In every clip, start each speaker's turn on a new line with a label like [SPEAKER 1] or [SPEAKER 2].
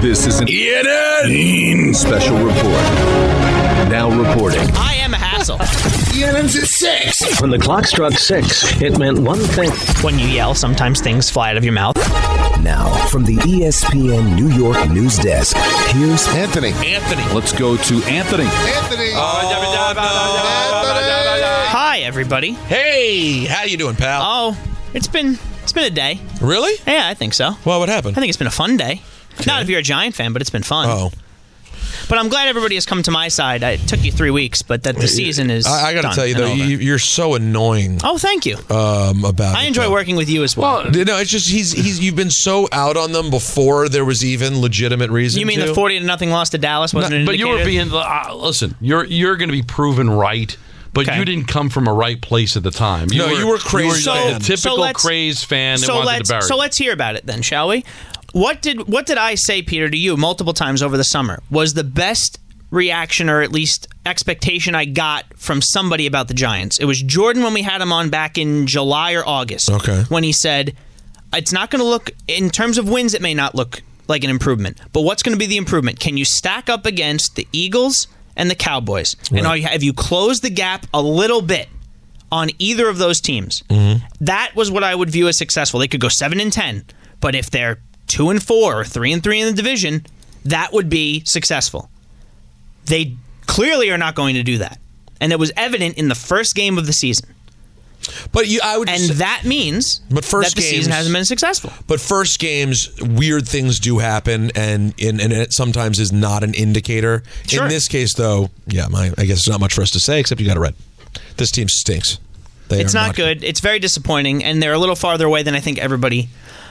[SPEAKER 1] This is an Get special report. Now reporting.
[SPEAKER 2] I am a hassle.
[SPEAKER 3] ENN's at six.
[SPEAKER 4] When the clock struck six, it meant one thing.
[SPEAKER 2] when you yell, sometimes things fly out of your mouth.
[SPEAKER 5] Now, from the E ESPN New York news desk, here's
[SPEAKER 3] Anthony.
[SPEAKER 1] Anthony. Let's go to Anthony.
[SPEAKER 3] Anthony.
[SPEAKER 2] Hi, everybody.
[SPEAKER 6] Hey, how you doing, pal?
[SPEAKER 2] Oh, it's been it's been a day.
[SPEAKER 6] really?
[SPEAKER 2] Yeah, I think so.
[SPEAKER 6] Well, what happened?
[SPEAKER 2] I think it's been a fun day. Not if you're a Giant fan, but it's been fun.
[SPEAKER 6] oh,
[SPEAKER 2] But I'm glad everybody has come to my side. I, it took you three weeks, but that the season is.
[SPEAKER 6] I, I got
[SPEAKER 2] done
[SPEAKER 6] to tell you
[SPEAKER 2] and
[SPEAKER 6] though,
[SPEAKER 2] over.
[SPEAKER 6] you, you're so annoying
[SPEAKER 2] oh, thank you.
[SPEAKER 6] um, about.
[SPEAKER 2] I
[SPEAKER 6] it,
[SPEAKER 2] enjoy
[SPEAKER 6] though.
[SPEAKER 2] working with you as well.
[SPEAKER 6] You know, it's just he's he's you've been so out on them before there was even legitimate reason.
[SPEAKER 2] you mean
[SPEAKER 6] to.
[SPEAKER 2] the forty to nothing loss to Dallas wasn't an
[SPEAKER 7] but you were
[SPEAKER 2] indicator?
[SPEAKER 7] being uh, listen. You're you're going to be proven right, but
[SPEAKER 2] Okay.
[SPEAKER 7] you didn't come from a right place at the time.
[SPEAKER 6] No, you were crazed
[SPEAKER 7] You were
[SPEAKER 6] fan.
[SPEAKER 7] a
[SPEAKER 6] So
[SPEAKER 7] typical
[SPEAKER 2] let's-
[SPEAKER 7] crazed fan that
[SPEAKER 2] so
[SPEAKER 7] wanted
[SPEAKER 2] let's
[SPEAKER 7] to bury.
[SPEAKER 2] so let's hear about it then, shall we? What did what did I say, Peter, to you multiple times over the summer? Was the best reaction or at least expectation I got from somebody about the Giants. It was Jordan when we had him on back in July or August.
[SPEAKER 6] Okay.
[SPEAKER 2] When he said it's not going to look in terms of wins it may not look like an improvement. But what's going to be the improvement? Can you stack up against the Eagles and the Cowboys? And are you, have you closed the gap a little bit? on either of those teams, that was what I would view as successful. They could go seven and ten, but if they're two and four or three and three in the division, that would be successful. They clearly are not going to do that, and it was evident in the first game of the season.
[SPEAKER 6] But you, I would.
[SPEAKER 2] And
[SPEAKER 6] say-
[SPEAKER 2] that means
[SPEAKER 6] But first
[SPEAKER 2] that the season
[SPEAKER 6] games-
[SPEAKER 2] hasn't been successful.
[SPEAKER 6] but first games, weird things do happen, and and, and it sometimes is not an indicator.
[SPEAKER 2] Sure.
[SPEAKER 6] In this case, though, yeah, my, I guess there's not much for us to say except you got it right. This team stinks. They
[SPEAKER 2] It's
[SPEAKER 6] are
[SPEAKER 2] not good. It's very disappointing, and they're a little farther away than I think everybody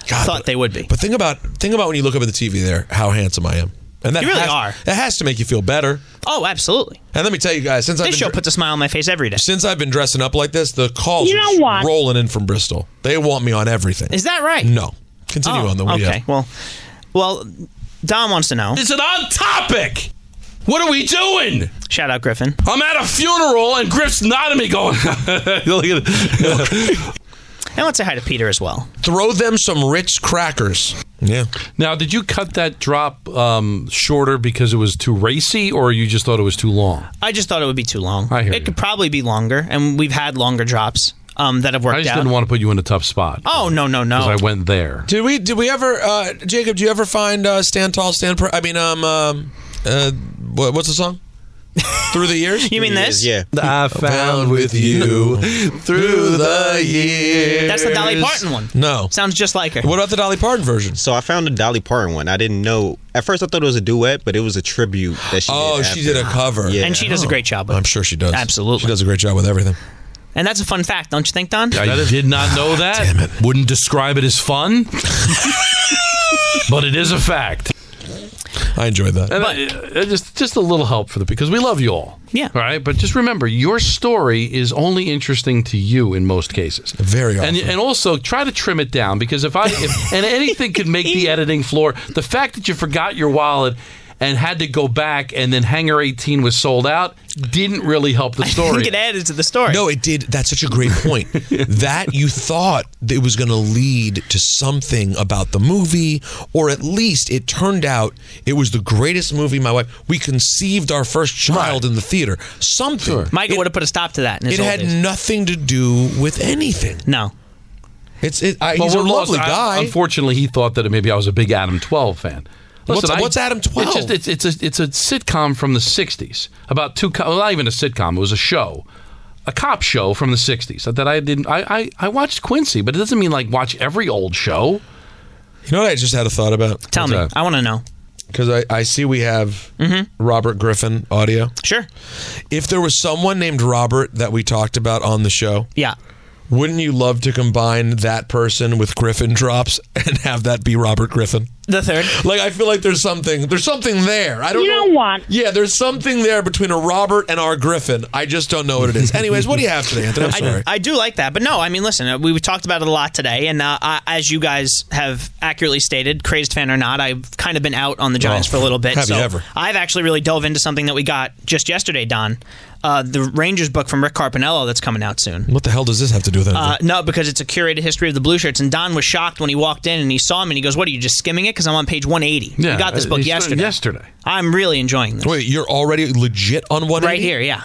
[SPEAKER 6] God,
[SPEAKER 2] thought
[SPEAKER 6] but-
[SPEAKER 2] they would be.
[SPEAKER 6] But think about think about when you look up at the TV there, how handsome I am, and that
[SPEAKER 2] You really
[SPEAKER 6] has,
[SPEAKER 2] are.
[SPEAKER 6] That has to make you feel better.
[SPEAKER 2] oh, absolutely.
[SPEAKER 6] And let me tell you guys, since I've
[SPEAKER 2] This
[SPEAKER 6] been
[SPEAKER 2] show
[SPEAKER 6] dr-
[SPEAKER 2] puts a smile on my face every day.
[SPEAKER 6] since I've been dressing up like this, the calls
[SPEAKER 8] You
[SPEAKER 6] are
[SPEAKER 8] know
[SPEAKER 6] just
[SPEAKER 8] what?
[SPEAKER 6] rolling in from Bristol. They want me on everything.
[SPEAKER 2] Is that right?
[SPEAKER 6] No. Continue
[SPEAKER 2] Oh,
[SPEAKER 6] on the way.
[SPEAKER 2] okay. Well, well, Don wants to know.
[SPEAKER 7] it's an on topic. What are we doing?
[SPEAKER 2] Shout out Griffin.
[SPEAKER 7] I'm at a funeral and Griff's nodding me going. Look at it.
[SPEAKER 2] And let's say hi to Peter as well.
[SPEAKER 6] Throw them some Ritz crackers. Yeah.
[SPEAKER 7] now, did you cut that drop um, shorter because it was too racy, or you just thought it was too long?
[SPEAKER 2] I just thought it would be too long.
[SPEAKER 7] I hear
[SPEAKER 2] it
[SPEAKER 7] you.
[SPEAKER 2] could probably be longer, and we've had longer drops um, that have worked
[SPEAKER 7] I just
[SPEAKER 2] out.
[SPEAKER 7] didn't want to put you in a tough spot.
[SPEAKER 2] oh no no no!
[SPEAKER 7] because I went there.
[SPEAKER 6] Did we did we ever uh Jacob, do you ever find uh stand tall, stand per I mean um um uh what, what's the song? Through the years?
[SPEAKER 2] you mean this?
[SPEAKER 4] Yeah.
[SPEAKER 6] I found with you through the years.
[SPEAKER 2] That's the Dolly Parton one.
[SPEAKER 6] No.
[SPEAKER 2] Sounds just like her.
[SPEAKER 6] What about the Dolly Parton version?
[SPEAKER 9] So I found the Dolly Parton one. I didn't know. At first, I thought it was a duet, but it was a tribute that she.
[SPEAKER 6] Oh,
[SPEAKER 9] did
[SPEAKER 6] she
[SPEAKER 9] after.
[SPEAKER 6] did a cover.
[SPEAKER 9] Yeah.
[SPEAKER 2] and she does a great job. With
[SPEAKER 6] Oh. I'm
[SPEAKER 2] it.
[SPEAKER 6] sure she does.
[SPEAKER 2] Absolutely.
[SPEAKER 6] She does a great job with everything.
[SPEAKER 2] And that's a fun fact, don't you think, Don?
[SPEAKER 7] I did not know that. Wouldn't describe it as fun, but it is a fact.
[SPEAKER 6] I enjoyed that.
[SPEAKER 7] And I- I just just a little help for the because we love you all.
[SPEAKER 2] Yeah.
[SPEAKER 7] All right. But just remember, your story is only interesting to you in most cases.
[SPEAKER 6] Very
[SPEAKER 7] And,
[SPEAKER 6] often.
[SPEAKER 7] and also try to trim it down because if I if, and anything could make the editing floor. The fact that you forgot your wallet and had to go back and then Hangar 18 was sold out didn't really help the
[SPEAKER 2] I
[SPEAKER 7] story.
[SPEAKER 2] think it added to the story.
[SPEAKER 6] No, it did. That's such a great point. that you thought that it was going to lead to something about the movie, or at least it turned out it was the greatest movie. My wife, we conceived our first child in the theater. Something.
[SPEAKER 2] Michael would have put a stop to that. In his
[SPEAKER 6] It
[SPEAKER 2] old
[SPEAKER 6] had
[SPEAKER 2] days.
[SPEAKER 6] nothing to do with anything.
[SPEAKER 2] no.
[SPEAKER 6] It's it, I,
[SPEAKER 7] Well,
[SPEAKER 6] he's a
[SPEAKER 7] we're lost.
[SPEAKER 6] lovely
[SPEAKER 7] I-
[SPEAKER 6] guy.
[SPEAKER 7] unfortunately, he thought that maybe I was a big Adam Twelve fan.
[SPEAKER 6] What's- what's Adam
[SPEAKER 7] It's,
[SPEAKER 6] 12?
[SPEAKER 7] just, it's, it's, a, it's a sitcom from the '60s about two. Co- well, not even a sitcom. It was a show, a cop show from the '60s that I didn't. I, I, I watched Quincy, but it doesn't mean like watch every old show.
[SPEAKER 6] you know what I just had a thought about?
[SPEAKER 2] Tell me. I want to know.
[SPEAKER 6] Because I, I see we have
[SPEAKER 2] Mm-hmm.
[SPEAKER 6] Robert Griffin audio.
[SPEAKER 2] Sure.
[SPEAKER 6] If there was someone named Robert that we talked about on the show,
[SPEAKER 2] Yeah.
[SPEAKER 6] Wouldn't you love to combine that person with Griffin drops and have that be Robert Griffin?
[SPEAKER 2] the third.
[SPEAKER 6] Like I feel like there's something there's something there. I don't
[SPEAKER 8] You
[SPEAKER 6] know.
[SPEAKER 8] don't want-
[SPEAKER 6] Yeah, there's something there between a Robert and our Griffin. I just don't know what it is. Anyways, what do you have today, Anthony? I'm sorry.
[SPEAKER 2] I do like that, but no, I mean, listen, uh, we, we talked about it a lot today, and uh, I, as you guys have accurately stated, crazed fan or not, I've kind of been out on the Giants
[SPEAKER 6] Oh,
[SPEAKER 2] for a little bit.
[SPEAKER 6] have you
[SPEAKER 2] so
[SPEAKER 6] ever.
[SPEAKER 2] I've actually really dove into something that we got just yesterday, Don, uh, the Rangers book from Rick Carpinello that's coming out soon.
[SPEAKER 6] what the hell does this have to do with anything?
[SPEAKER 2] Uh, no, because it's a curated history of the blue shirts. And Don was shocked when he walked in and he saw me and he goes, What are you just skimming it? Because I'm on page 180.
[SPEAKER 7] Yeah,
[SPEAKER 2] we got this
[SPEAKER 7] uh,
[SPEAKER 2] book
[SPEAKER 7] he's-
[SPEAKER 2] yesterday.
[SPEAKER 7] yesterday.
[SPEAKER 2] I'm really enjoying this.
[SPEAKER 6] Wait, you're already legit on one
[SPEAKER 2] right here, yeah.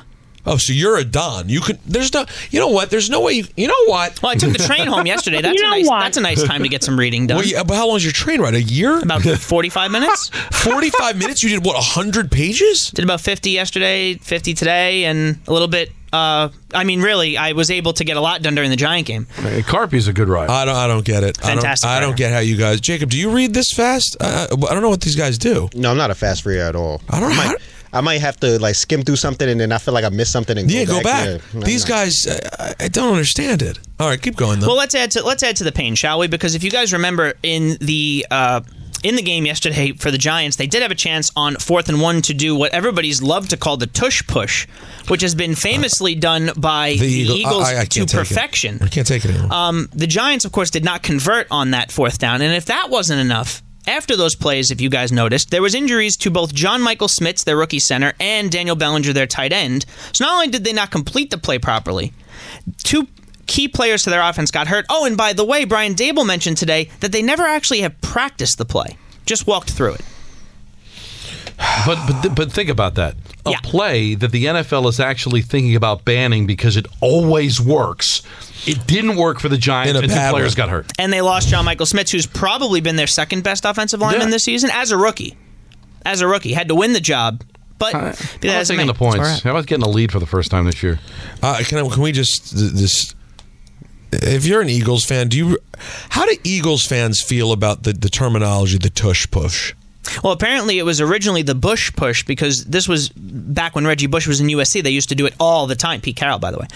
[SPEAKER 6] Oh, so you're a don. You could. There's no. You know what? There's no way. You, you know what?
[SPEAKER 2] Well, I took the train home yesterday. That's,
[SPEAKER 8] You
[SPEAKER 2] a
[SPEAKER 8] know
[SPEAKER 2] nice,
[SPEAKER 8] what?
[SPEAKER 2] that's a nice time to get some reading done.
[SPEAKER 6] Well, yeah, but how long's your train ride? A year?
[SPEAKER 2] About 45 minutes.
[SPEAKER 6] 45 minutes? You did what? 100 pages?
[SPEAKER 2] Did about 50 yesterday, 50 today, and a little bit. Uh, I mean, really, I was able to get a lot done during the Giant game.
[SPEAKER 7] Hey, Carpy's a good ride.
[SPEAKER 6] I don't. I don't get it.
[SPEAKER 2] Fantastic
[SPEAKER 6] I don't, I don't
[SPEAKER 2] writer.
[SPEAKER 6] get how you guys. Jacob, do you read this fast? Uh, I don't know what these guys do.
[SPEAKER 9] No, I'm not a fast reader at all.
[SPEAKER 6] I don't know how-
[SPEAKER 9] might, I might have to like skim through something and then I feel like I missed something and
[SPEAKER 6] Yeah,
[SPEAKER 9] go,
[SPEAKER 6] go back.
[SPEAKER 9] Yeah, no,
[SPEAKER 6] these
[SPEAKER 9] no.
[SPEAKER 6] guys, uh, I, I don't understand it. All right, keep going though.
[SPEAKER 2] Well, let's add to let's add to the pain, shall we? Because if you guys remember in the uh, in the game yesterday for the Giants, they did have a chance on fourth and one to do what everybody's loved to call the tush push, which has been famously done by the,
[SPEAKER 6] Uh, Eagle-
[SPEAKER 2] Eagles
[SPEAKER 6] I- I- I
[SPEAKER 2] to
[SPEAKER 6] can't take it.
[SPEAKER 2] perfection.
[SPEAKER 6] I can't take it anymore.
[SPEAKER 2] Um, the Giants, of course, did not convert on that fourth down, and if that wasn't enough. After those plays, if you guys noticed, there was injuries to both John Michael Smits, their rookie center, and Daniel Bellinger, their tight end. So not only did they not complete the play properly, two key players to their offense got hurt. Oh, and by the way, Brian Dable mentioned today that they never actually have practiced the play, just walked through it.
[SPEAKER 7] But but, th- but think about that. A
[SPEAKER 2] Yeah.
[SPEAKER 7] play that the NFL is actually thinking about banning because it always works. It didn't work for the Giants,
[SPEAKER 6] In a
[SPEAKER 7] and two
[SPEAKER 6] bad
[SPEAKER 7] players
[SPEAKER 6] way.
[SPEAKER 7] got hurt.
[SPEAKER 2] And they lost John Michael Smith, who's probably been their second best offensive lineman
[SPEAKER 7] Yeah.
[SPEAKER 2] this season as a rookie. As a rookie, had to win the job, but be that
[SPEAKER 7] I
[SPEAKER 2] as
[SPEAKER 7] was
[SPEAKER 2] it
[SPEAKER 7] taking
[SPEAKER 2] may,
[SPEAKER 7] the
[SPEAKER 2] it's all
[SPEAKER 7] points.
[SPEAKER 2] right.
[SPEAKER 7] I was getting a lead for the first time this year.
[SPEAKER 6] Uh, can I, can we just th- this? If you're an Eagles fan, do you? How do Eagles fans feel about the, the terminology, the tush push?
[SPEAKER 2] Well, apparently it was originally the Bush push because this was back when Reggie Bush was in USC. They used to do it all the time. Pete Carroll, by the way,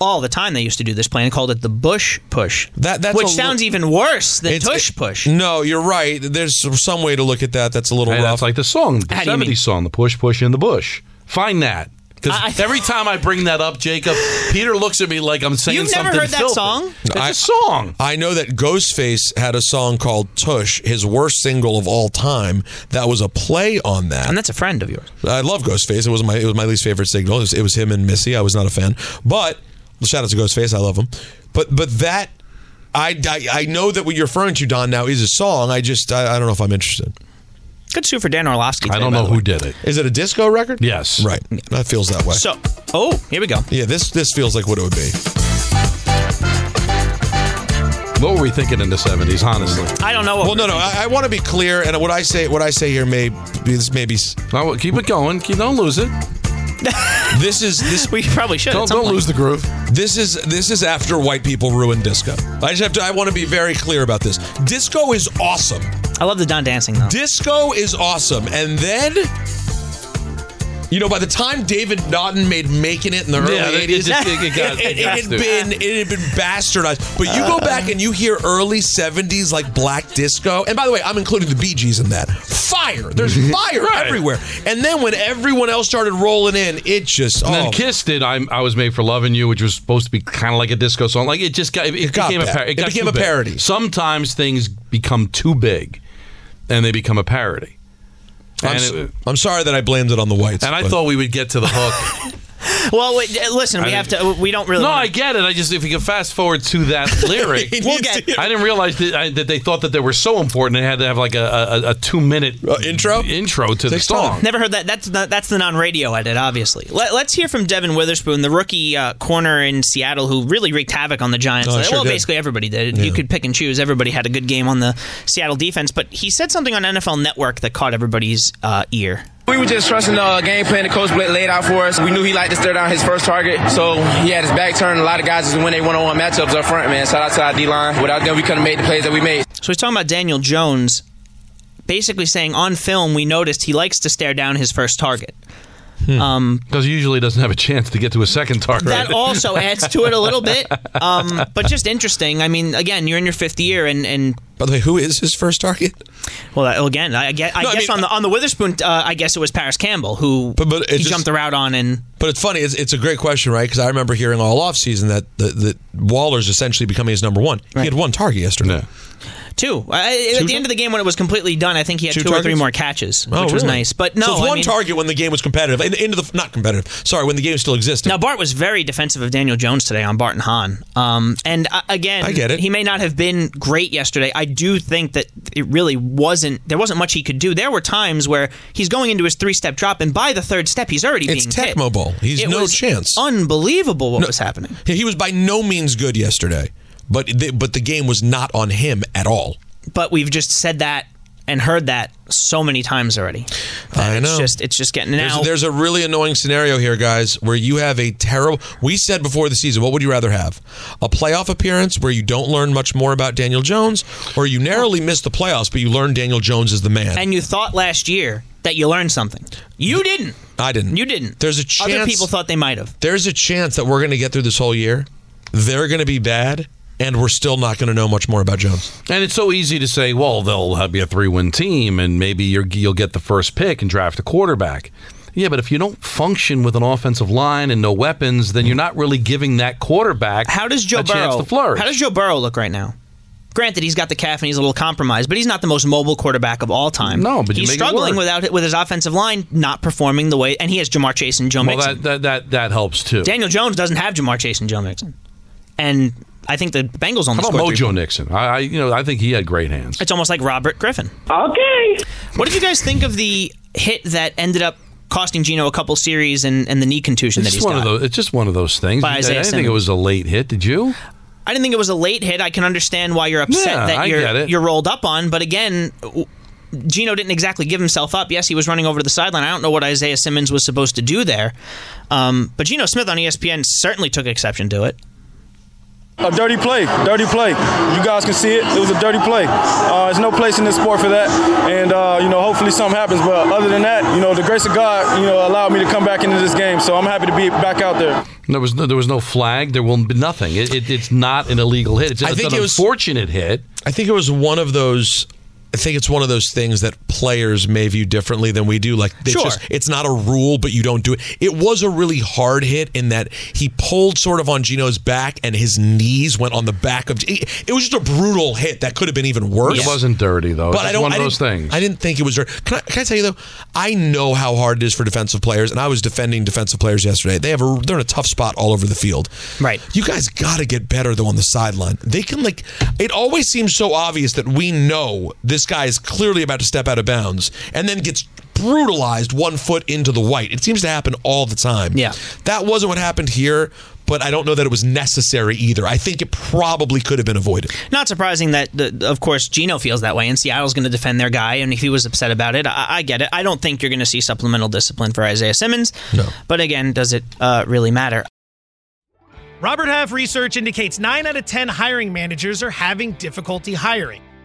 [SPEAKER 2] all the time they used to do this play and called it the Bush push.
[SPEAKER 6] That- that's
[SPEAKER 2] which
[SPEAKER 6] a
[SPEAKER 2] sounds
[SPEAKER 6] li-
[SPEAKER 2] even worse than
[SPEAKER 6] It's-
[SPEAKER 2] Tush
[SPEAKER 6] it-
[SPEAKER 2] push.
[SPEAKER 6] No, you're right. There's some way to look at that. That's a little
[SPEAKER 7] Hey,
[SPEAKER 6] rough.
[SPEAKER 7] that's like the song, the
[SPEAKER 2] How do you mean?
[SPEAKER 7] '70s song, "The Push, Push in the Bush." Find that. 'Cause
[SPEAKER 2] I-
[SPEAKER 7] every time I bring that up, Jacob, Peter looks at me like I'm saying
[SPEAKER 2] You've never
[SPEAKER 7] something.
[SPEAKER 2] heard that
[SPEAKER 7] filthy.
[SPEAKER 2] song?
[SPEAKER 7] It's
[SPEAKER 6] I-
[SPEAKER 7] a song.
[SPEAKER 6] I know that Ghostface had a song called Tush, his worst single of all time. That was a play on that.
[SPEAKER 2] And that's a friend of yours.
[SPEAKER 6] I love Ghostface. It was my it was my least favorite single. It was, it was him and Missy. I was not a fan, but shout out to Ghostface. I love him. But but that I I, I know that what you're referring to, Don, now is a song. I just I, I don't know if I'm interested.
[SPEAKER 2] Good suit for Dan Orlovsky.
[SPEAKER 7] I
[SPEAKER 2] today,
[SPEAKER 7] don't
[SPEAKER 2] by
[SPEAKER 7] know
[SPEAKER 2] the
[SPEAKER 7] who
[SPEAKER 2] way.
[SPEAKER 7] did it.
[SPEAKER 6] Is it a disco record?
[SPEAKER 7] Yes.
[SPEAKER 6] Right. That feels that way.
[SPEAKER 2] So, oh, here we go.
[SPEAKER 6] yeah, this this feels like what it would be.
[SPEAKER 7] What were we thinking in the '70s? Honestly,
[SPEAKER 2] I don't know. What
[SPEAKER 6] Well, no, no. I, I want to be clear, and what I say, what I say here may be this may be s-
[SPEAKER 7] Now, keep it going. Keep, don't lose it.
[SPEAKER 6] this is this
[SPEAKER 2] we probably should.
[SPEAKER 7] Don't,
[SPEAKER 2] at some
[SPEAKER 7] don't
[SPEAKER 2] point.
[SPEAKER 7] lose the groove.
[SPEAKER 6] This is this is after white people ruined disco. I just have to. I want to be very clear about this. Disco is awesome.
[SPEAKER 2] I love the Don dancing though.
[SPEAKER 6] Disco is awesome, and then. You know, by the time David Naughton made "Making It" in the early
[SPEAKER 7] Yeah, it- it
[SPEAKER 6] '80s,
[SPEAKER 7] just- it got-
[SPEAKER 6] it- it
[SPEAKER 7] it got
[SPEAKER 6] had
[SPEAKER 7] to.
[SPEAKER 6] been it had been bastardized. But you go back and you hear early '70s like black disco, and by the way, I'm including the Bee Gees in that. Fire, there's fire
[SPEAKER 7] Right.
[SPEAKER 6] everywhere. And then when everyone else started rolling in, it just
[SPEAKER 7] And
[SPEAKER 6] oh,
[SPEAKER 7] then Kiss did I'm, I Was Made for Loving You, which was supposed to be kind of like a disco song. Like it just got, it,
[SPEAKER 6] got
[SPEAKER 7] became, a,
[SPEAKER 6] bad.
[SPEAKER 7] par-
[SPEAKER 6] It
[SPEAKER 7] got
[SPEAKER 6] became
[SPEAKER 7] too
[SPEAKER 6] a
[SPEAKER 7] big.
[SPEAKER 6] parody.
[SPEAKER 7] Sometimes things become too big and they become a parody.
[SPEAKER 6] I'm,
[SPEAKER 7] And,
[SPEAKER 6] s-
[SPEAKER 7] it-
[SPEAKER 6] I'm sorry that I blamed it on the whites.
[SPEAKER 7] and I
[SPEAKER 6] but-
[SPEAKER 7] thought we would get to the hook.
[SPEAKER 2] Well, wait, uh, listen, we have to. We don't really.
[SPEAKER 7] no,
[SPEAKER 2] wanna-
[SPEAKER 7] I get it. I just, if you could fast forward to that lyric.
[SPEAKER 2] We'll get.
[SPEAKER 7] I didn't realize that, I, that they thought that they were so important. They had to have like a, a, a two minute
[SPEAKER 6] Uh, intro?
[SPEAKER 7] intro to the
[SPEAKER 6] Takes time.
[SPEAKER 7] song.
[SPEAKER 2] Never heard that. That's the, that's the non-radio edit, obviously. Let, let's hear from Devin Witherspoon, the rookie uh, corner in Seattle, who really wreaked havoc on the Giants.
[SPEAKER 6] Oh, sure
[SPEAKER 2] well,
[SPEAKER 6] did.
[SPEAKER 2] basically everybody did. You could pick and choose. Everybody had a good game on the Seattle defense, but he said something on NFL Network that caught everybody's uh, ear.
[SPEAKER 10] We were just trusting the uh, game plan the coach Blake laid out for us. We knew he liked to stare down his first target, so he had his back turned. A lot of guys just win they one-on-one matchups up front, man. Shout out to our D-line. Without them, we couldn't have made the plays that we made.
[SPEAKER 2] So he's talking about Daniel Jones, basically saying on film we noticed he likes to stare down his first target.
[SPEAKER 7] Because he usually doesn't have a chance to get to a second target.
[SPEAKER 2] That also adds to it a little bit, um, but just interesting. I mean, again, you're in your fifth year, and, and
[SPEAKER 6] by the way, who is his first target?
[SPEAKER 2] Well, that- again, I, I guess, I
[SPEAKER 6] No, I
[SPEAKER 2] guess
[SPEAKER 6] mean-
[SPEAKER 2] on the on the Witherspoon, uh, I guess it was Paris Campbell who
[SPEAKER 6] but
[SPEAKER 2] he
[SPEAKER 6] it's just-
[SPEAKER 2] jumped the route on, and
[SPEAKER 6] But it's funny. It's, it's a great question, right? Because I remember hearing all offseason that the, that Waller's essentially becoming his number one. He had one target yesterday.
[SPEAKER 2] two. I, at the end of the game, when it was completely done, I think he had
[SPEAKER 6] Two
[SPEAKER 2] two, or three
[SPEAKER 6] targets?
[SPEAKER 2] more catches,
[SPEAKER 6] Oh,
[SPEAKER 2] which was
[SPEAKER 6] really?
[SPEAKER 2] nice. But no,
[SPEAKER 6] so it's
[SPEAKER 2] I
[SPEAKER 6] one
[SPEAKER 2] mean-
[SPEAKER 6] target when the game was competitive. In the end of the not competitive. Sorry, when the game still existed.
[SPEAKER 2] Now Bart was very defensive of Daniel Jones today on Barton Hahn. Um, and uh, again,
[SPEAKER 6] I get it.
[SPEAKER 2] He may not have been great yesterday. I do think that it really wasn't. There wasn't much he could do. There were times where he's going into his three-step drop, and by the third step, he's already
[SPEAKER 6] It's
[SPEAKER 2] being hit.
[SPEAKER 6] Tecmo Bowl. He's
[SPEAKER 2] It
[SPEAKER 6] no
[SPEAKER 2] was
[SPEAKER 6] chance.
[SPEAKER 2] Unbelievable what was happening.
[SPEAKER 6] He he was by no means good yesterday, but the, but the game was not on him at all.
[SPEAKER 2] But we've just said that and heard that so many times already.
[SPEAKER 6] I know.
[SPEAKER 2] It's just it's just getting
[SPEAKER 6] There's,
[SPEAKER 2] now.
[SPEAKER 6] there's a really annoying scenario here, guys, where you have a terrible. We said before the season, what would you rather have? A playoff appearance where you don't learn much more about Daniel Jones, or you narrowly miss the playoffs, but you learn Daniel Jones is the man.
[SPEAKER 2] and you thought last year that you learned something. You didn't.
[SPEAKER 6] Mm. I didn't.
[SPEAKER 2] You didn't.
[SPEAKER 6] There's a chance.
[SPEAKER 2] Other people thought they might have.
[SPEAKER 6] There's a chance that we're going to get through this whole year. They're going to be bad, and we're still not going to know much more about Jones.
[SPEAKER 7] And it's so easy to say, well, they'll have- be a three-win team, and maybe you're, you'll get the first pick and draft a quarterback. Yeah, but if you don't function with an offensive line and no weapons, then you're not really giving that quarterback
[SPEAKER 2] How does Joe
[SPEAKER 7] a chance
[SPEAKER 2] Burrow
[SPEAKER 7] to flourish.
[SPEAKER 2] How does Joe Burrow look right now? Granted, he's got the calf and he's a little compromised, but he's not the most mobile quarterback of all time.
[SPEAKER 7] No, but you
[SPEAKER 2] he's
[SPEAKER 7] make it
[SPEAKER 2] struggling
[SPEAKER 7] work.
[SPEAKER 2] without with his offensive line not performing the way, and he has Jamar Chase and Joe
[SPEAKER 7] well,
[SPEAKER 2] Mixon.
[SPEAKER 7] that, that that that helps too.
[SPEAKER 2] Daniel Jones doesn't have Jamar Chase and Joe Mixon, and I think the Bengals
[SPEAKER 7] How
[SPEAKER 2] only
[SPEAKER 7] about
[SPEAKER 2] scored three
[SPEAKER 7] Mojo Nixon? I, I you know I think he had great hands.
[SPEAKER 2] It's almost like Robert Griffin.
[SPEAKER 8] Okay.
[SPEAKER 2] What did you guys think of the hit that ended up costing Gino a couple series and, and the knee contusion
[SPEAKER 7] It's
[SPEAKER 2] that he's
[SPEAKER 7] just one
[SPEAKER 2] got?
[SPEAKER 7] of those. It's just one of those things.
[SPEAKER 2] By
[SPEAKER 7] I, I
[SPEAKER 2] Isaiah
[SPEAKER 7] didn't think it
[SPEAKER 2] Simmons.
[SPEAKER 7] was a late hit. Did you?
[SPEAKER 2] I didn't think it was a late hit. I can understand why you're upset
[SPEAKER 7] Yeah, I
[SPEAKER 2] that
[SPEAKER 7] get
[SPEAKER 2] you're
[SPEAKER 7] it.
[SPEAKER 2] you're rolled up on, but again, w- Gino didn't exactly give himself up. Yes, he was running over to the sideline. I don't know what Isaiah Simmons was supposed to do there, um, but Gino Smith on ESPN certainly took exception to it.
[SPEAKER 11] A dirty play, dirty play. You guys can see it. It was a dirty play. Uh, there's no place in this sport for that. And uh, you know, hopefully something happens. But other than that, you know, the grace of God, you know, allowed me to come back into this game. So I'm happy to be back out there.
[SPEAKER 7] There was no, there was no flag. There will be nothing. It, it, it's not an illegal hit. It's,
[SPEAKER 6] I
[SPEAKER 7] it's
[SPEAKER 6] think
[SPEAKER 7] an
[SPEAKER 6] it was-
[SPEAKER 7] unfortunate hit.
[SPEAKER 6] I think it was one of those. I think it's one of those things that players may view differently than we do. Like, it's
[SPEAKER 7] Sure.
[SPEAKER 6] just, it's not a rule, but you don't do it. It was a really hard hit in that he pulled sort of on Gino's back, and his knees went on the back of. It, it was just a brutal hit that could have been even worse.
[SPEAKER 7] It wasn't dirty though.
[SPEAKER 6] But I
[SPEAKER 7] it's
[SPEAKER 6] don't.
[SPEAKER 7] one
[SPEAKER 6] I
[SPEAKER 7] of those
[SPEAKER 6] didn't-
[SPEAKER 7] things.
[SPEAKER 6] I didn't think it was. very- Can I, can I tell you though? I know how hard it is for defensive players, and I was defending defensive players yesterday. They have a. They're in a tough spot all over the field. Right. You guys got to get better though on the sideline. They can like. It always seems so obvious that we know this guy is clearly about to step out of bounds, and then gets brutalized one foot into the white. It seems to happen all the time. Yeah. That wasn't what happened here. But I don't know that it was necessary either. I think it probably could have been avoided.
[SPEAKER 2] Not surprising that, the, of course, Gino feels that way, and Seattle's going to defend their guy. And if he was upset about it, I, I get it. I don't think you're going to see supplemental discipline for Isaiah Simmons. No. But again, does it uh, really matter?
[SPEAKER 12] Robert Half research indicates 9 out of 10 hiring managers are having difficulty hiring.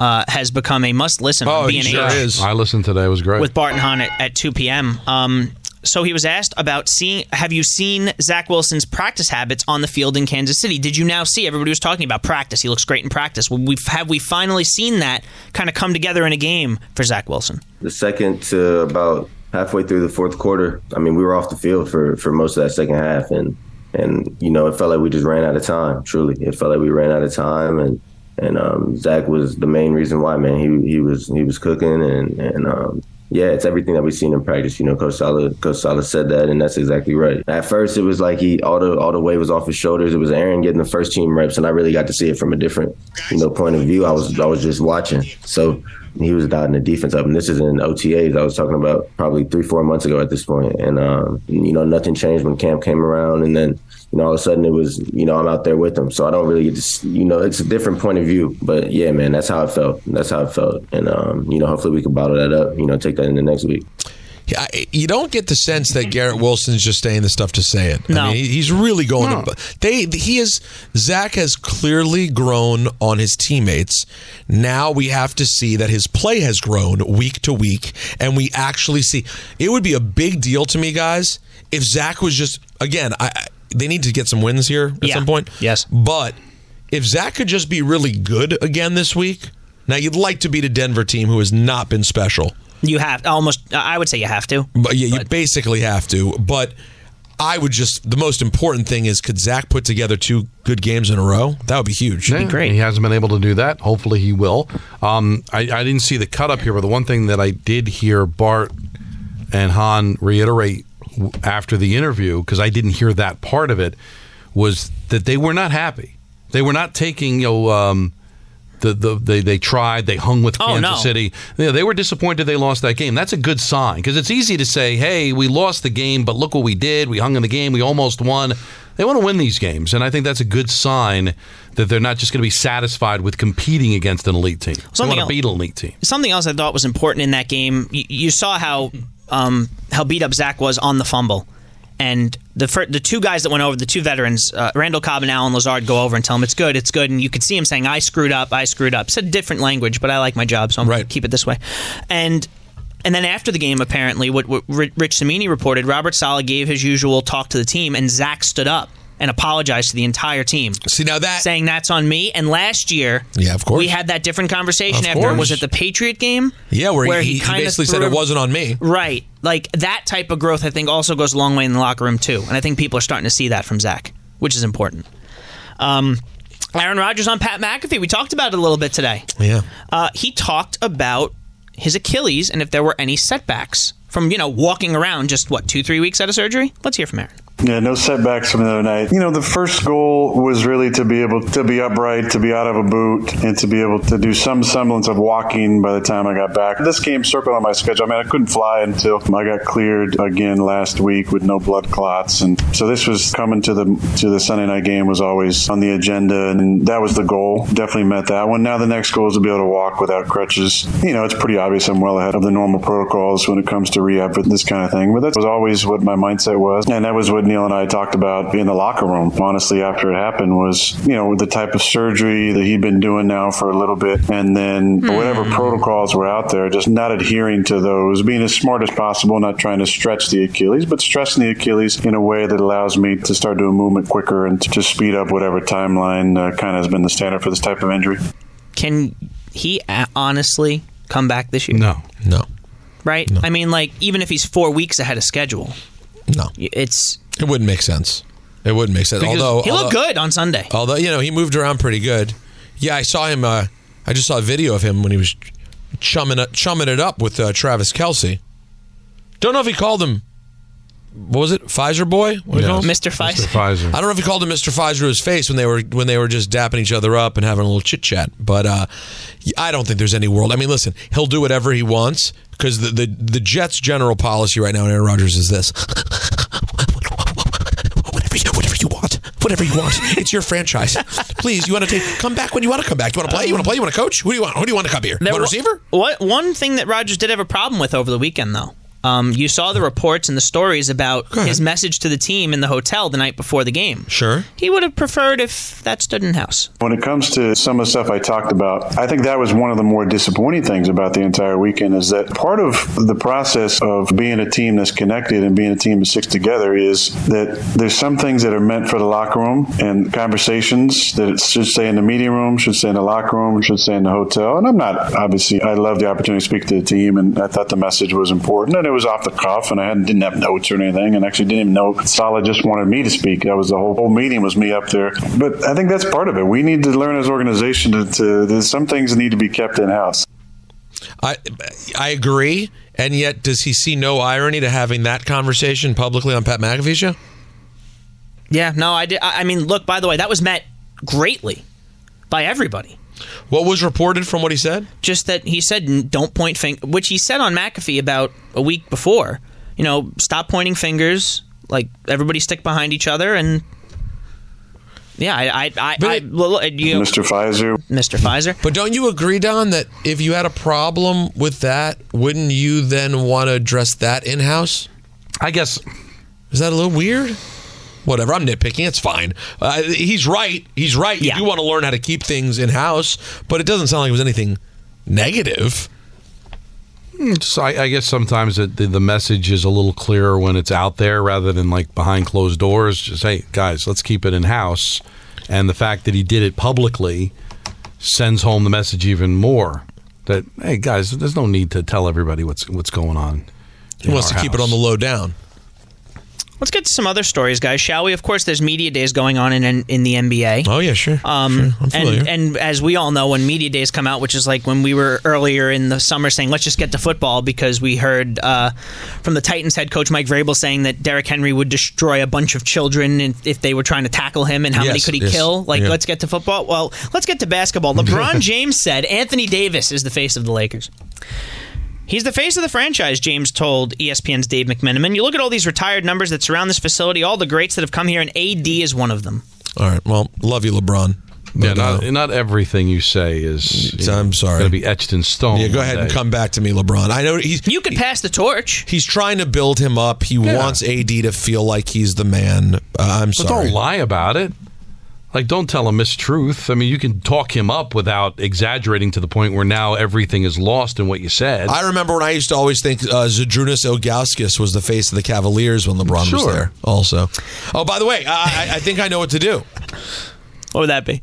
[SPEAKER 2] uh, has become a must listen on BNA.
[SPEAKER 7] I listened today. It was great.
[SPEAKER 2] with Barton Hahn at, at 2 p.m. Um, so he was asked about seeing, have you seen Zach Wilson's practice habits on the field in Kansas City? Did you now see? Everybody was talking about practice. He looks great in practice. Well, we've, have we finally seen that kind of come together in a game for Zach Wilson?
[SPEAKER 13] the second to about halfway through the fourth quarter, I mean, we were off the field for, for most of that second half, and and you know, it felt like we just ran out of time. Truly, it felt like we ran out of time, and and um, Zach was the main reason why. Man, he he was he was cooking, and and um, yeah, it's everything that we've seen in practice. You know, Coach Sala, Coach Sala said that, and that's exactly right. At first, it was like he all the all the weight was off his shoulders. It was Aaron getting the first team reps, and I really got to see it from a different, you know, point of view. I was I was just watching. So he was dotting the defense up. And this is in OTAs I was talking about probably three, four months ago at this point. And um, you know, nothing changed when camp came around. And then you know, all of a sudden it was you know I'm out there with them. So I don't really get to s- you know it's a different point of view. But yeah, man, that's how it felt. That's how it felt. And um, you know, hopefully we can bottle that up. You know, take that into next week.
[SPEAKER 6] Yeah, I- you don't get the sense that Garrett Wilson's just saying the stuff to say it.
[SPEAKER 13] No.
[SPEAKER 6] I mean, he- he's really going. ab- they he is Zach has clearly grown on his teammates. Now we have to see that his play has grown week to week, and we actually see. It would be a big deal to me, guys, if Zach was just again. I, I they need to get some wins here at some point. Yes, but if Zach could just be really good again this week. Now you'd like to beat a Denver team who has not been special.
[SPEAKER 2] You have almost. I would say you have to.
[SPEAKER 6] But yeah, you basically have to. But I would just the most important thing is could Zach put together two good games in a row? That would be huge.
[SPEAKER 7] Yeah, He hasn't been able to do that. Hopefully, he will. Um, I, I didn't see the cut up here, but the one thing that I did hear Bart and Han reiterate w- after the interview, because I didn't hear that part of it, was that they were not happy. They were not taking, you know, um, the, the they, they tried, they hung with
[SPEAKER 2] Oh,
[SPEAKER 7] Kansas
[SPEAKER 2] no.
[SPEAKER 7] City. Yeah, they were disappointed they lost that game. That's a good sign because it's easy to say, hey, we lost the game, but look what we did. We hung in the game, we almost won. They want to win these games. And I think that's a good sign that they're not just going to be satisfied with competing against an elite team. They
[SPEAKER 2] Something
[SPEAKER 7] want to
[SPEAKER 2] else-
[SPEAKER 7] beat an elite team.
[SPEAKER 2] Something else I thought was important in that game. You, you saw how um, how beat up Zach was on the fumble, and the fir- the two guys that went over, the two veterans, uh, Randall Cobb and Alan Lazard, go over and tell him it's good, it's good, and you could see him saying, "I screwed up, I screwed up." It's a different language, but I like my job, so I'm gonna keep it this way. And and then after the game, apparently, what, what Ri- Rich Samini reported, Robert Sala gave his usual talk to the team, and Zach stood up and apologized to the entire team.
[SPEAKER 6] See now that
[SPEAKER 2] saying that's on me. And last year,
[SPEAKER 6] Yeah, of course.
[SPEAKER 2] we had that different conversation
[SPEAKER 6] Of
[SPEAKER 2] after.
[SPEAKER 6] course.
[SPEAKER 2] Was it the Patriot game?
[SPEAKER 6] yeah, where, he, he
[SPEAKER 2] kinda
[SPEAKER 6] basically said
[SPEAKER 2] threw-
[SPEAKER 6] it wasn't on me.
[SPEAKER 2] Right, like that type of growth, I think also goes a long way in the locker room too, and I think people are starting to see that from Zach, which is important. Um, Aaron Rodgers on Pat McAfee. We talked about it a little bit today.
[SPEAKER 6] Yeah.
[SPEAKER 2] Uh, he talked about his Achilles and if there were any setbacks from you know walking around just what two three weeks out of surgery. Let's hear from Aaron.
[SPEAKER 8] Yeah, no setbacks from the other night. You know, the first goal was really to be able to be upright, to be out of a boot, and to be able to do some semblance of walking by the time I got back. This game circled on my schedule. I mean, I couldn't fly until I got cleared again last week with no blood clots, and so this was coming to the to the Sunday night game was always on the agenda, and that was the goal. Definitely met that one. Now the next goal is to be able to walk without crutches. You know, it's pretty obvious I'm well ahead of the normal protocols when it comes to rehab for this kind of thing, but that was always what my mindset was, and that was what Neil and I talked about in the locker room. Honestly, after it happened, was you know the type of surgery that he'd been doing now for a little bit, and then whatever protocols were out there, just not adhering to those, being as smart as possible, not trying to stretch the Achilles, but stressing the Achilles in a way that allows me to start doing movement quicker and to just speed up whatever timeline uh, kind of has been the standard for this type of injury.
[SPEAKER 2] Can he a- honestly come back this year?
[SPEAKER 7] No,
[SPEAKER 6] no,
[SPEAKER 2] right? I mean, like even if he's four weeks ahead of schedule,
[SPEAKER 6] no.
[SPEAKER 2] It's
[SPEAKER 6] it wouldn't make sense. It wouldn't make sense.
[SPEAKER 2] Because
[SPEAKER 6] although Oh,
[SPEAKER 2] he looked good on Sunday.
[SPEAKER 6] Although you know he moved around pretty good. Yeah, I saw him. Uh, I just saw a video of him when he was chumming it- chumming it up with uh, Travis Kelsey. Don't know if he called him. What was it, Pfizer boy? What do you
[SPEAKER 7] Yeah.
[SPEAKER 6] call him?
[SPEAKER 2] Mr. Pfizer.
[SPEAKER 7] Pfizer.
[SPEAKER 6] I don't know if he called him Mr. Pfizer to his face when they were when they were just dapping each other up and having a little chit chat. But uh, I don't think there's any world. I mean, listen, he'll do whatever he wants because the, the the Jets' general policy right now in Aaron Rodgers is this: whatever you, whatever you want, whatever you want. It's your franchise. Please, you want to take come back when you want to come back. You want to play? You want to play? You want to coach? Who do you want? Who do you want to come here? You
[SPEAKER 2] There
[SPEAKER 6] want a
[SPEAKER 2] wa-
[SPEAKER 6] receiver?
[SPEAKER 2] What one thing that Rogers did have a problem with over the weekend, though, um, you saw the reports and the stories about his message to the team in the hotel the night before the game.
[SPEAKER 6] Sure.
[SPEAKER 2] He would have preferred if that stood in house.
[SPEAKER 8] When it comes to some of the stuff I talked about, I think that was one of the more disappointing things about the entire weekend is that part of the process of being a team that's connected and being a team of six together is that there's some things that are meant for the locker room and conversations that it should stay in the meeting room, should stay in the locker room, should stay in the hotel. And I'm not obviously I love the opportunity to speak to the team and I thought the message was important and it was off the cuff and I hadn't, didn't have notes or anything and actually didn't even know Salah just wanted me to speak. That was the whole, whole meeting was me up there. But I think that's part of it. We need to learn as an organization to, to there's some things that need to be kept in house.
[SPEAKER 6] I I agree, and yet does he see no irony to having that conversation publicly on Pat McAfee's show?
[SPEAKER 2] Yeah, no, I did. I I mean, look, by the way, that was met greatly by everybody.
[SPEAKER 6] What was reported from what he said?
[SPEAKER 2] Just that he said, "Don't point finger," which he said on McAfee about a week before. You know, stop pointing fingers. Like everybody stick behind each other, and yeah, I, I, I, I well, you,
[SPEAKER 8] Mr. Pfizer.
[SPEAKER 2] Mr. Pfizer.
[SPEAKER 6] But don't you agree, Don, that if you had a problem with that, wouldn't you then want to address that in house?
[SPEAKER 7] I guess.
[SPEAKER 6] Is that a little weird? Whatever, I'm nitpicking. It's fine. Uh, he's right. He's right. You do want to learn how to keep things in house, but it doesn't sound like it was anything negative.
[SPEAKER 7] Mm, So I, I guess sometimes it, the, the message is a little clearer when it's out there rather than like behind closed doors. Just hey, guys, let's keep it in house. And the fact that he did it publicly sends home the message even more that hey, guys, there's no need to tell everybody what's what's going on.
[SPEAKER 6] He wants to keep it on the low down.
[SPEAKER 2] Let's get to some other stories, guys, shall we? Of course, there's media days going on in in, in the NBA.
[SPEAKER 6] Oh yeah, sure.
[SPEAKER 2] Um,
[SPEAKER 6] I'm familiar.
[SPEAKER 2] and and as we all know, when media days come out, which is like when we were earlier in the summer saying let's just get to football because we heard uh, from the Titans head coach Mike Vrabel saying that Derrick Henry would destroy a bunch of children if, if they were trying to tackle him and how many
[SPEAKER 14] Yes,
[SPEAKER 2] could he
[SPEAKER 14] yes,
[SPEAKER 2] kill? Like
[SPEAKER 14] yeah.
[SPEAKER 2] let's get to football. Well, let's get to basketball. LeBron James said Anthony Davis is the face of the Lakers. He's the face of the franchise, James told E ESPN's Dave McMenamin. You look at all these retired numbers that surround this facility, all the greats that have come here, and AD is one of them.
[SPEAKER 6] All right. Well, love you, LeBron. uh,
[SPEAKER 7] Yeah, not, not everything you say is. I'm
[SPEAKER 6] sorry.
[SPEAKER 7] Going to be etched in stone.
[SPEAKER 6] Yeah, go ahead and
[SPEAKER 7] someday.
[SPEAKER 6] come back to me, LeBron. I know he's.
[SPEAKER 2] You could pass the torch.
[SPEAKER 6] He's trying to build him up. He
[SPEAKER 7] Yeah.
[SPEAKER 6] wants AD to feel like he's the man. Uh, I'm
[SPEAKER 7] But
[SPEAKER 6] sorry.
[SPEAKER 7] don't lie about it. Like, don't tell a mistruth. I mean, you can talk him up without exaggerating to the point where now everything is lost in what you said.
[SPEAKER 6] I remember when I used to always think uh, Zdrunas Ilgauskas was the face of the Cavaliers when LeBron was
[SPEAKER 7] Sure.
[SPEAKER 6] there. Also, oh by the way, I, I- I think I know what to do.
[SPEAKER 2] What would that be?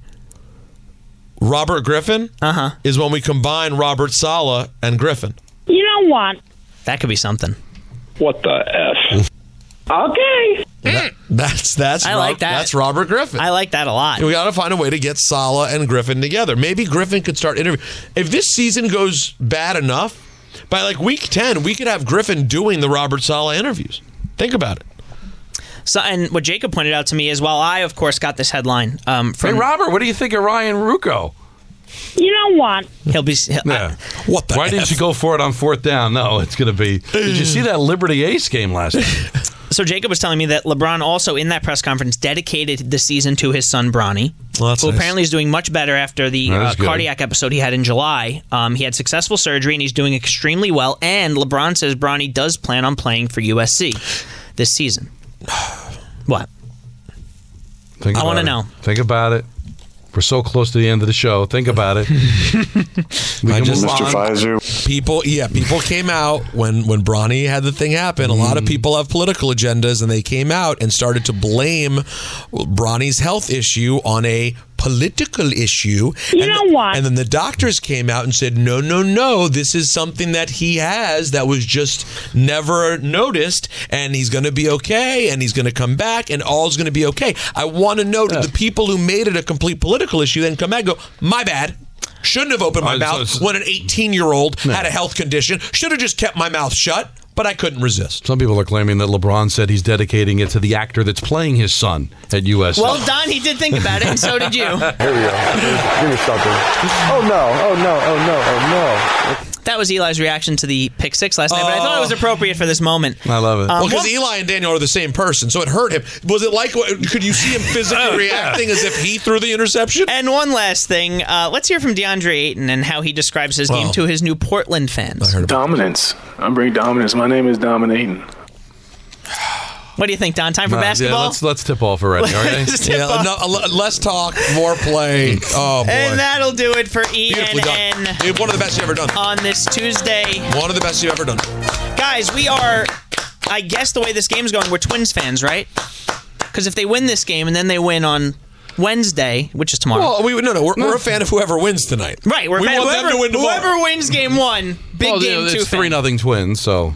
[SPEAKER 6] Robert Griffin uh-huh. is when we combine Robert Sala and Griffin.
[SPEAKER 15] You don't want.
[SPEAKER 2] That could be something.
[SPEAKER 6] What the f?
[SPEAKER 15] Okay.
[SPEAKER 6] That's that's
[SPEAKER 2] I
[SPEAKER 6] Rob-
[SPEAKER 2] like that.
[SPEAKER 6] That's Robert Griffin.
[SPEAKER 2] I like that a lot.
[SPEAKER 6] We got to find a way to get Sala and Griffin together. Maybe Griffin could start interviewing. If this season goes bad enough, by like week ten, we could have Griffin doing the Robert Sala interviews. Think about it.
[SPEAKER 2] So, and what Jacob pointed out to me is, while I, of course, got this headline um, from
[SPEAKER 7] Hey, Robert, what do you think of Ryan Rucco?
[SPEAKER 15] You don't want.
[SPEAKER 2] He'll be.
[SPEAKER 7] Yeah.
[SPEAKER 6] what
[SPEAKER 7] Why didn't you go for it on fourth down? No, it's going to be. Did you see that Liberty Ace game last night?
[SPEAKER 2] So Jacob was telling me that LeBron also in that press conference dedicated the season to his son Bronny,
[SPEAKER 6] Well, that's
[SPEAKER 2] who
[SPEAKER 6] nice.
[SPEAKER 2] apparently is doing much better after the
[SPEAKER 6] That is
[SPEAKER 2] uh,
[SPEAKER 6] good.
[SPEAKER 2] cardiac episode he had in July. Um, he had successful surgery and he's doing extremely well. And LeBron says Bronny does plan on playing for USC this season. What?
[SPEAKER 7] Think
[SPEAKER 2] I wanna
[SPEAKER 7] about it.
[SPEAKER 2] know.
[SPEAKER 7] Think about it. We're so close to the end of the show. Think about it. we can move on.
[SPEAKER 6] People, yeah, people came out when when Bronny had the thing happen. A lot of people have political agendas, and they came out and started to blame Bronny's health issue on a political issue. You and, know what? And then the doctors came out and said, "No, no, no. This is something that he has that was just never noticed, and he's going to be okay, and he's going to come back, and all's going to be okay." I want to know did the people who made it a complete political issue then come back and go, "My bad." Shouldn't have opened my
[SPEAKER 7] Uh, so
[SPEAKER 6] mouth
[SPEAKER 7] it's-
[SPEAKER 6] when an 18 year old had a health condition. Should have just kept my mouth shut, but I couldn't resist.
[SPEAKER 7] Some people are claiming that LeBron said he's dedicating it to the actor that's playing his son at Uh, USC.
[SPEAKER 2] Well, Don, he did think about it, and so did you.
[SPEAKER 7] Here we go.
[SPEAKER 16] Give me something. Oh no! Oh no! Oh no! Oh no!
[SPEAKER 2] That was Eli's reaction to the pick six last night, but I thought it was appropriate for this moment. Um,
[SPEAKER 7] I love it.
[SPEAKER 6] Oh. well, because
[SPEAKER 2] one-
[SPEAKER 6] Eli and Daniel are the same person, so it hurt him. Was it like, could you see him physically reacting as if he threw the interception?
[SPEAKER 2] And one last thing, uh, let's hear from DeAndre Ayton and how he describes his game
[SPEAKER 7] Oh.
[SPEAKER 17] Wow.
[SPEAKER 2] to his new Portland fans.
[SPEAKER 17] Dominance. I bring dominance. My name is Dominating.
[SPEAKER 2] What do you think, Don? Time for
[SPEAKER 7] Nah, yeah,
[SPEAKER 2] basketball?
[SPEAKER 7] let's let's tip off already. All right.
[SPEAKER 2] Let's tip Yeah, off.
[SPEAKER 6] less talk, more play. Oh boy.
[SPEAKER 2] And that'll do it for
[SPEAKER 6] Beautifully done.
[SPEAKER 2] ENN.
[SPEAKER 6] Dude, one of the best you've ever done.
[SPEAKER 2] On this Tuesday.
[SPEAKER 6] One of the best you've ever done.
[SPEAKER 2] Guys, we are, I guess the way this game's going, we're Twins fans, right? Because if they win this game and then they win on Wednesday, which is tomorrow.
[SPEAKER 6] Well, Oh, we no no we're, we're a fan of whoever wins tonight.
[SPEAKER 2] Mm. Right, we're
[SPEAKER 6] we
[SPEAKER 2] fan-
[SPEAKER 6] want
[SPEAKER 2] whoever,
[SPEAKER 6] them to win tomorrow.
[SPEAKER 2] whoever wins game one, big
[SPEAKER 7] Well,
[SPEAKER 2] game
[SPEAKER 7] it's
[SPEAKER 2] two.
[SPEAKER 7] three nothing Twins. So,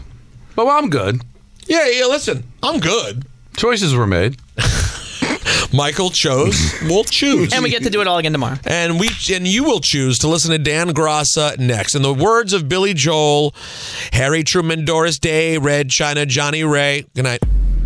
[SPEAKER 7] but I'm good.
[SPEAKER 6] Yeah, yeah. Listen, I'm good.
[SPEAKER 7] Choices were made.
[SPEAKER 6] Michael chose. We'll choose,
[SPEAKER 2] And we get to do it all again tomorrow.
[SPEAKER 6] And we and you will choose to listen to Dan Grossa next. In the words of Billy Joel, Harry Truman, Doris Day, Red China, Johnny Ray. Good night.